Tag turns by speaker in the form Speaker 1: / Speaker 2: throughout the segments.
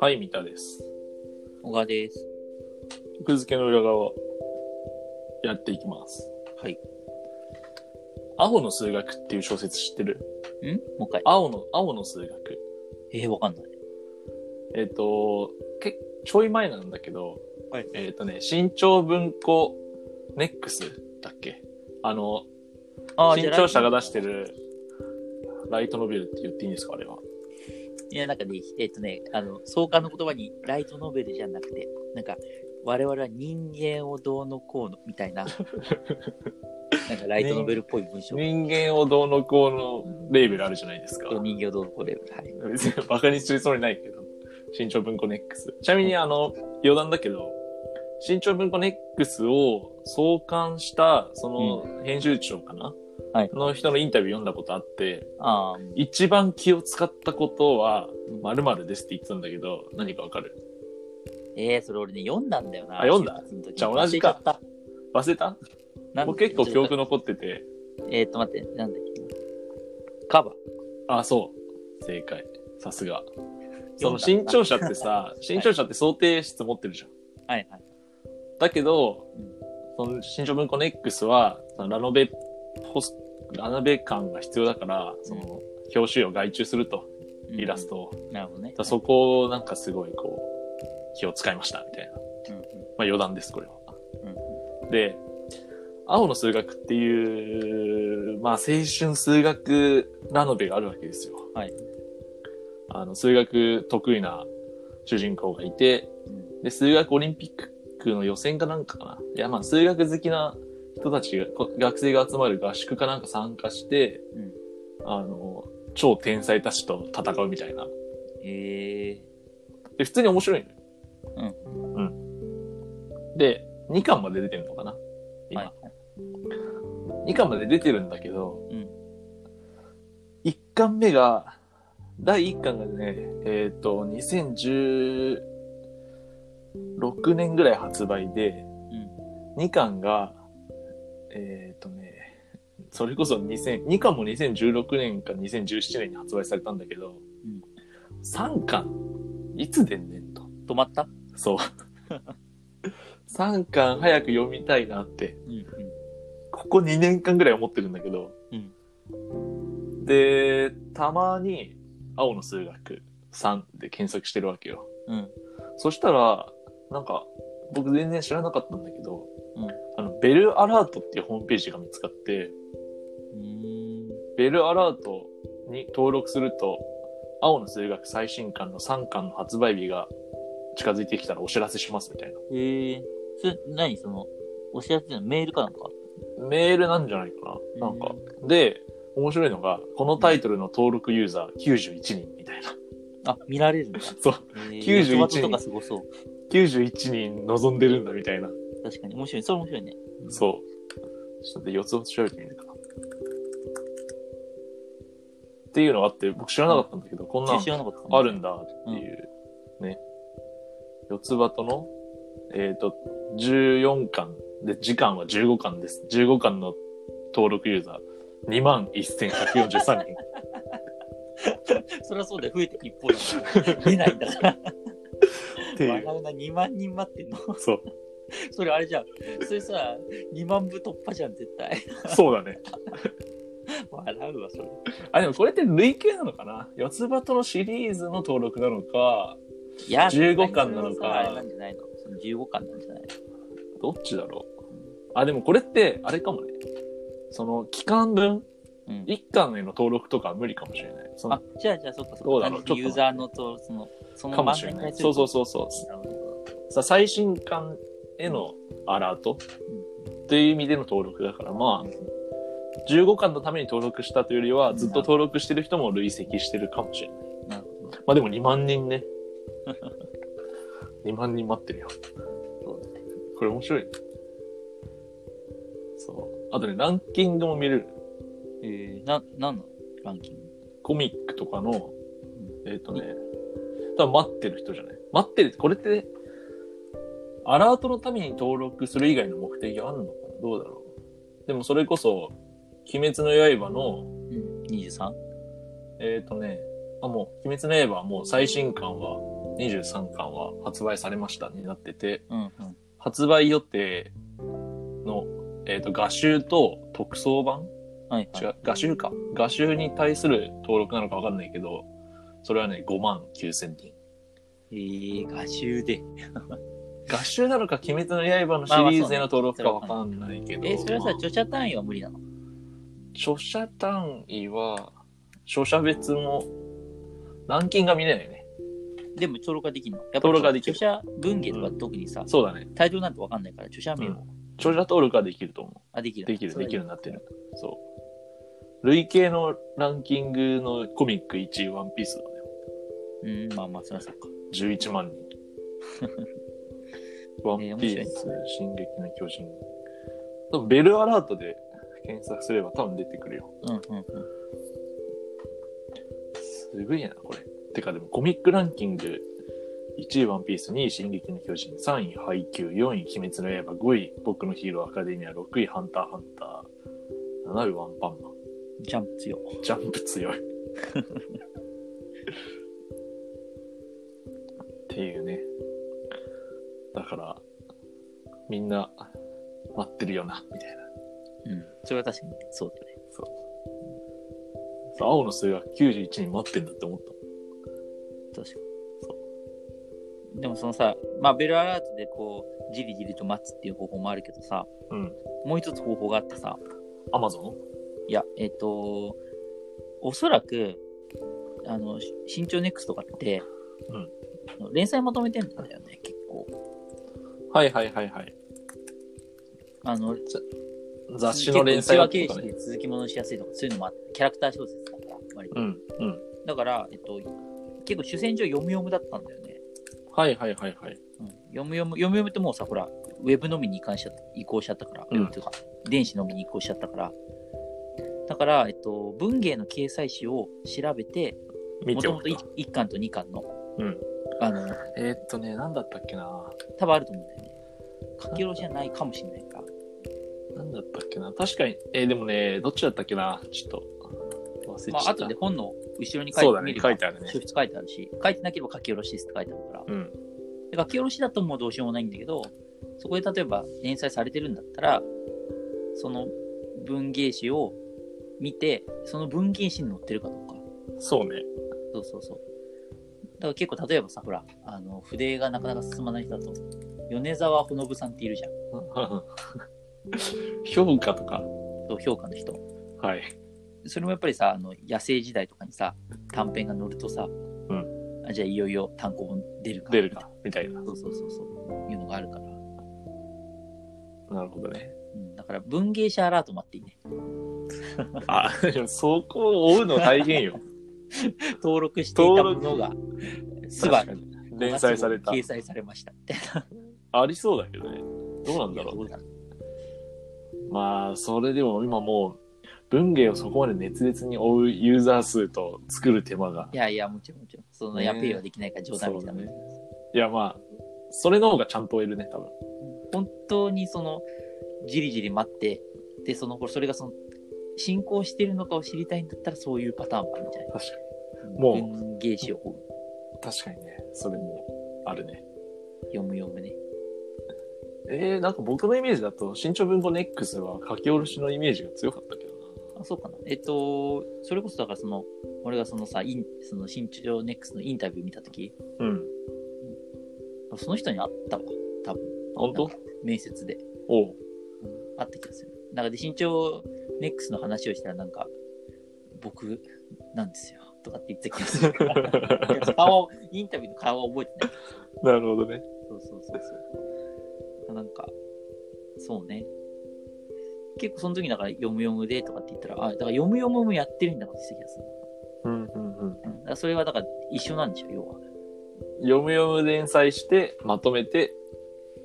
Speaker 1: はい、三田です。
Speaker 2: 小川です。
Speaker 1: 奥付けの裏側、やっていきます。
Speaker 2: はい。
Speaker 1: 青の数学っていう小説知ってる
Speaker 2: んもう一回。
Speaker 1: 青の、青の数学。
Speaker 2: えー、わかんない。
Speaker 1: えっ、と、けちょい前なんだけど、
Speaker 2: はい
Speaker 1: えっ、とね、新潮文庫ネックスだっけあの、
Speaker 2: あ
Speaker 1: 新潮社が出して。るライトノベルって言っていいんですかあれは。
Speaker 2: いや、なんかね、えっ、とね、あの、創刊の言葉にライトノベルじゃなくて、なんか、我々は人間をどうのこうのみたい な、なんかライトノベルっぽい文章。
Speaker 1: 人間をどうのこうのレーベルあるじゃないですか。
Speaker 2: そう人間をどうのこうで、はい。
Speaker 1: 別に バカにするつもりないけど、新潮文庫ネックス。ちなみにあの、余談だけど、新潮文庫ネックスを創刊した、その、編集長かな、
Speaker 2: はい
Speaker 1: の人のインタビュー読んだことあって、
Speaker 2: ああ、
Speaker 1: 一番気を使ったことは、〇〇ですって言ってたんだけど、何かわかる
Speaker 2: えー、それ俺ね、読んだんだよな。
Speaker 1: あ読んだ
Speaker 2: 就活の時
Speaker 1: じゃあ同じか
Speaker 2: 忘れちゃった
Speaker 1: 忘れた
Speaker 2: なんだ
Speaker 1: も
Speaker 2: っ
Speaker 1: う
Speaker 2: け
Speaker 1: 結構記憶残ってて、
Speaker 2: えっ、と、待って、なんだっけ。カバー。
Speaker 1: あ、そう。正解。さすが。その
Speaker 2: 読
Speaker 1: 新
Speaker 2: んだ
Speaker 1: 潮社って さ、新潮社って想定室持ってるじゃん。
Speaker 2: はいはい。
Speaker 1: だけど
Speaker 2: うん、
Speaker 1: その新潮文庫ネックスは、そのラノベホス、ラノベ感が必要だから、その、表紙を外注すると、
Speaker 2: うん
Speaker 1: イラストを。
Speaker 2: なるほどね
Speaker 1: だ。そこをなんかすごいこう、気を使いました、みたいな。ま
Speaker 2: う
Speaker 1: あ
Speaker 2: ん
Speaker 1: 余談です、これは。
Speaker 2: うんうん
Speaker 1: で、青の数学っていう、まあ青春数学ラノベがあるわけですよ。
Speaker 2: はい。
Speaker 1: あの、数学得意な主人公がいて、
Speaker 2: うん
Speaker 1: で、数学オリンピックの予選かなんかかな。いや、まあ、数学好きな人たちが、こ学生が集まる合宿かなんか参加して、
Speaker 2: うん
Speaker 1: あの、超天才たちと戦うみたいな。
Speaker 2: ええ
Speaker 1: で、普通に面白いのよ。
Speaker 2: うん。
Speaker 1: で、2巻まで出てるのかな
Speaker 2: ー。
Speaker 1: 今、
Speaker 2: はい。
Speaker 1: 2巻まで出てるんだけど、
Speaker 2: うん
Speaker 1: 1巻目が、第1巻がね、えっ、と、2016年ぐらい発売で、
Speaker 2: うん。
Speaker 1: 2巻が、えっ、とね、それこそ2000、2巻も2016年か2017年に発売されたんだけど、
Speaker 2: うん
Speaker 1: 3巻、いつ出んねんと。
Speaker 2: 止まった
Speaker 1: そう。3巻早く読みたいなって、
Speaker 2: うんうん。
Speaker 1: ここ2年間ぐらい思ってるんだけど、で、たまに、青の数学3で検索してるわけよ。
Speaker 2: うん。
Speaker 1: そしたら、なんか、僕全然知らなかったんだけど、
Speaker 2: うん
Speaker 1: あの、ベルアラートっていうホームページが見つかって、
Speaker 2: うん。
Speaker 1: ベルアラートに登録すると、青の数学最新刊の3巻の発売日が近づいてきたらお知らせしますみたい
Speaker 2: ええそれ、何その、お知らせのメールかなんか
Speaker 1: な。メールなんじゃないかななんか。で、面白いのが、このタイトルの登録ユーザー91人みたいな。
Speaker 2: あ、見られるんだ。
Speaker 1: そう。
Speaker 2: えー
Speaker 1: 91
Speaker 2: ヤバトとかすごそう。
Speaker 1: 91人望んでるんだみたいな。
Speaker 2: 確かに。面白い。それ面白いね。
Speaker 1: そう。ちょっと四つを調べてみるかな。っていうのがあって、僕知らなかったんだけど、こんなの
Speaker 2: 知らなかった。
Speaker 1: あるんだっていう、ね。四つ葉との、えっ、と、14巻。で、時間は15巻です。15巻の登録ユーザー、21,143人。
Speaker 2: そりゃそうだよ。増えてく一方だ から。出ないんだから。
Speaker 1: ってい
Speaker 2: 笑
Speaker 1: う。
Speaker 2: うな。2万人待ってんの。
Speaker 1: そう。
Speaker 2: それあれじゃん。それさ、2万部突破じゃん、絶対。
Speaker 1: そうだね。
Speaker 2: 笑うわ、それ。
Speaker 1: あ、でもこれって累計なのかな四つ葉とのシリーズの登録なのか、
Speaker 2: いや
Speaker 1: 15巻なのか
Speaker 2: それはさあれなんじゃないのその15巻なんじゃない
Speaker 1: どっちだろうあ、でもこれって、あれかもね。その、期間分、
Speaker 2: うん
Speaker 1: 1巻への登録とかは無理かもしれない。その
Speaker 2: あ、じゃあじゃあそっかそっか。
Speaker 1: どうだろうちょっと
Speaker 2: ユーザーのと、その、その
Speaker 1: かもしれ
Speaker 2: 漫画
Speaker 1: な
Speaker 2: に
Speaker 1: い。
Speaker 2: 対す
Speaker 1: そ
Speaker 2: る
Speaker 1: うそうそうそう。
Speaker 2: なるほど
Speaker 1: さ、最新巻へのアラート、っていう意味での登録だから、まあ、15巻のために登録したというよりは、ずっと登録してる人も累積してるかもしれない。
Speaker 2: なるほど。
Speaker 1: まあでも2万人 ね。2万人待ってるよ。
Speaker 2: そうだね。
Speaker 1: これ面白いね。そう。あとね、ランキングも見れる。
Speaker 2: えー、な、なんのランキング
Speaker 1: コミックとかの、えっ、とね、多分待ってる人じゃない待ってる、これって、アラートのために登録する以外の目的があるのかなどうだろうでもそれこそ、鬼滅の刃の、
Speaker 2: うん、23?
Speaker 1: えっ、とね、あ、もう、鬼滅の刃はもう最新巻は、23巻は発売されましたになってて、
Speaker 2: うんうん。
Speaker 1: 発売予定の、えっ、と、画集と特装版
Speaker 2: はい、はい。
Speaker 1: 違う、画集か。画集に対する登録なのかわかんないけど、それはね、5万9千人。
Speaker 2: えー、画集で。
Speaker 1: 合集なのか、鬼滅の刃のシリーズへの登録かわかんないけど、
Speaker 2: えー、それはさ、
Speaker 1: まあ
Speaker 2: 著者単位は無理なの
Speaker 1: 著者単位は、著者別も、ランキングが見れないね。
Speaker 2: でも登録ができるのやっぱ
Speaker 1: 登録ができる
Speaker 2: 著者文芸とか特にさ、
Speaker 1: そうだね。
Speaker 2: タイトルなんてわかんないから、著者名を、
Speaker 1: うん著者登録はできると思
Speaker 2: あ、でき
Speaker 1: う。
Speaker 2: る。
Speaker 1: できる、
Speaker 2: それ
Speaker 1: で
Speaker 2: はいい
Speaker 1: きるようになってる。そう。累計のランキングのコミック1位、ワンピースだね。
Speaker 2: うん、まあまあ、そりゃそうか。
Speaker 1: 11万人。ワンピ
Speaker 2: えー面白い
Speaker 1: ース、進撃の巨人。多分ベルアラートで検索すれば多分出てくるよ。
Speaker 2: うんうんうん。
Speaker 1: すごいな、これ。てかでもコミックランキング、1位ワンピース、2位進撃の巨人、3位配給、4位鬼滅の刃、5位僕のヒーローアカデミア、6位ハンターハンター、7位ワンパンマン。
Speaker 2: ジャンプ強。
Speaker 1: ジャンプ強い。っていうね。だから、みんな待ってるよな、みたいな。
Speaker 2: うん。それは確かにそうだね。
Speaker 1: そう青の数が91人待ってんだって思った。
Speaker 2: 確かに。そう。でもそのさ、まあ、ベルアラートでこう、じりじりと待つっていう方法もあるけどさ、
Speaker 1: うん。
Speaker 2: もう一つ方法があってさ、
Speaker 1: アマゾ
Speaker 2: いや、えっ、と、おそらく、あの、し新潮ネクストとかって、
Speaker 1: うん
Speaker 2: 連載まとめてんだよね、結構。
Speaker 1: ンはいはいはいはい。
Speaker 2: あの、
Speaker 1: 雑誌の連載は
Speaker 2: と
Speaker 1: と
Speaker 2: か、
Speaker 1: かね。
Speaker 2: ね、続きものしやすいとか、そういうのもあって、キャラクター小説だから、割と。
Speaker 1: うん。うん。
Speaker 2: だから、えっと、結構主戦場読む読むだったんだよね。
Speaker 1: はいはいはいはい。
Speaker 2: うん、読む読む、読む読むってもうさ、ほら、ウェブのみに移管しちゃ移行しちゃったから、
Speaker 1: うん
Speaker 2: ウェブというか、電子のみに移行しちゃったから。だから、えっと、文芸の掲載誌を調べて、
Speaker 1: 見
Speaker 2: も
Speaker 1: て
Speaker 2: と
Speaker 1: お
Speaker 2: もと
Speaker 1: いた。
Speaker 2: 1巻と2巻の、
Speaker 1: うん。
Speaker 2: あの、
Speaker 1: えーっとね、なんだったっけな。
Speaker 2: 多分あると思うんだよね。書き下ろしじゃないかもしれないから。
Speaker 1: なんだったっけな。確かに、えーでもね、どっちだったっけな。ちょっと忘れちゃ
Speaker 2: ま
Speaker 1: っ
Speaker 2: あ、
Speaker 1: た。
Speaker 2: 後で本の後ろに書
Speaker 1: そう
Speaker 2: い
Speaker 1: だ
Speaker 2: てみ
Speaker 1: ね
Speaker 2: る、
Speaker 1: 書いてあるね
Speaker 2: 書。書いてあるし、書いてなければ書き下ろしですって書いてあるから。
Speaker 1: うん。
Speaker 2: で書き下ろしだともうどうしようもないんだけど、そこで例えば連載されてるんだったら、その文芸誌を見て、その文芸誌に載ってるかどうか。
Speaker 1: そうね。
Speaker 2: そうそうそう。だから結構例えばさ、ほら、あの、筆がなかなか進まない人だと、米沢ほのぶさんっているじゃん。
Speaker 1: 評価とか。
Speaker 2: そう評価の人。
Speaker 1: はい。
Speaker 2: それもやっぱりさ、あの、野生時代とかにさ、短編が載るとさ、あじゃあいよいよ単行本出るか。
Speaker 1: 出るか。。みたいな。
Speaker 2: そうそうそうそう。いうのがあるから。
Speaker 1: なるほどね。
Speaker 2: うん、だから文芸誌アラートもあっていいね。
Speaker 1: あ、でもそこを追うの大変よ。
Speaker 2: 登録していたものが、すば
Speaker 1: 確かに連載された
Speaker 2: 掲。載されました。
Speaker 1: ありそうだけどね。どうなんだろうね。まあ、それでも今もう、文芸をそこまで熱烈に追うユーザー数と作る手間が。
Speaker 2: いやいや、もちろんもちろん。その、
Speaker 1: ねえ
Speaker 2: やペイはできないから冗談みたいなもんだけど。
Speaker 1: いや、まあ、それの方がちゃんと追えるね、多分。
Speaker 2: 本当にその、じりじり待って、で、その、それがその、進行してるのかを知りたいんだったら、そういうパターンもあるんじゃない
Speaker 1: 確かに。もう
Speaker 2: 文芸誌を追う
Speaker 1: 確かにね。それもあるね。
Speaker 2: 読む読むね。
Speaker 1: えー、なんか僕のイメージだと、新潮文庫 NEX は書き下ろしのイメージが強かったけど
Speaker 2: あ、そうかな。えっと、それこそだからその、俺がそのさ、インその新潮ネックスのインタビュー見たとき、
Speaker 1: な。うん。
Speaker 2: その人に会ったわ。多分。
Speaker 1: 本当
Speaker 2: 面接で。
Speaker 1: おう。
Speaker 2: あった気がする。なんかで、身長ネックスの話をしたら、なんか、僕なんですよ、とかって言ってた気がするから顔を、インタビューの顔は覚えてな
Speaker 1: なる
Speaker 2: い。
Speaker 1: ほどね。
Speaker 2: そうそうそうそう。なんか、そうね。結構その時だから、読む読むでとかって言ったら、あ、だから読む読むもやってるんだなって言ってた気がする。
Speaker 1: うんうんうん。
Speaker 2: うん、だからそれはだから一緒なんでしょ、要は。
Speaker 1: 読む読む連載して、まとめて、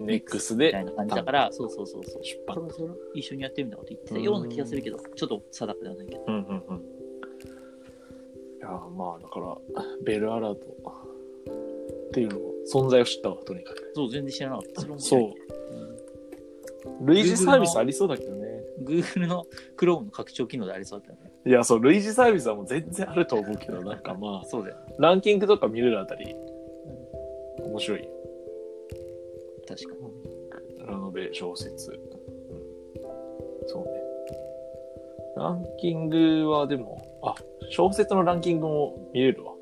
Speaker 1: NEX
Speaker 2: みたい
Speaker 1: で
Speaker 2: な感じだから、そうそうそうそう。
Speaker 1: 出
Speaker 2: 多
Speaker 1: 版
Speaker 2: 分。それ一緒にやってるみたいなこと言ってたような気がするけど、ちょっと定かではないけど。
Speaker 1: うんうんうん。いやー、まあだから、ベルアラートっていうのを、存在を知ったわ、とにかく。
Speaker 2: そう、全然知らなかった。れ面白い
Speaker 1: そう。類似サービスありそうだけどね。
Speaker 2: Google の Chrome の拡張機能でありそうだったね。
Speaker 1: いや、そう、類似サービスはもう全然あると思うけど、なんかまあ、
Speaker 2: そうだよ。
Speaker 1: ランキングとか見れるあたり、面白い。
Speaker 2: 確かに。
Speaker 1: ラノベ小説。うん、そうね。ランキングはでも、あ、小説のランキングも見れるわ。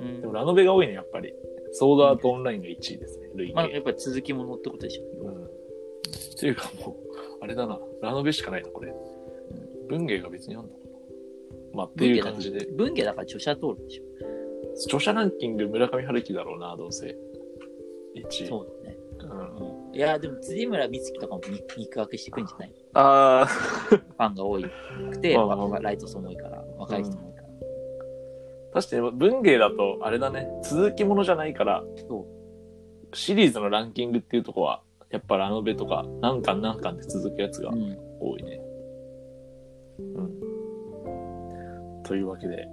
Speaker 2: うん
Speaker 1: でもラノベが多いね、やっぱり。ソードアートオンラインが1位ですね、累計。
Speaker 2: まあ、やっぱり続きものってことでしょ。
Speaker 1: うん。っていうかもう、あれだな、ラノベしかないな、これ。文芸が別にあんのかな。まあ、っていう感じで。
Speaker 2: 文芸だから著者通るでしょ。
Speaker 1: 著者ランキング村上春樹だろうな、どうせ。1位。
Speaker 2: そうだね。
Speaker 1: うん、
Speaker 2: うん、いや、でも辻村美月とかもに肉薄してくんじゃない
Speaker 1: ああ、
Speaker 2: ファンが多くて、
Speaker 1: まあまあまあ
Speaker 2: 若いライト層も多いから、若い人も多いから。
Speaker 1: 確かに文芸だと、あれだね、続きものじゃないから、
Speaker 2: そ
Speaker 1: シリーズのランキングっていうとこは、やっぱラノベとか、何巻何巻って続くやつが
Speaker 2: う。うん。
Speaker 1: 多いね。うん。というわけで、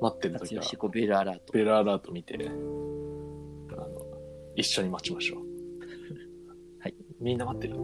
Speaker 1: 待ってる
Speaker 2: 活
Speaker 1: 時
Speaker 2: 用
Speaker 1: は
Speaker 2: し、てこう、ベルアラート。
Speaker 1: ベルアラート見て、あの、一緒に待ちましょう。
Speaker 2: はい。
Speaker 1: みんな待ってる。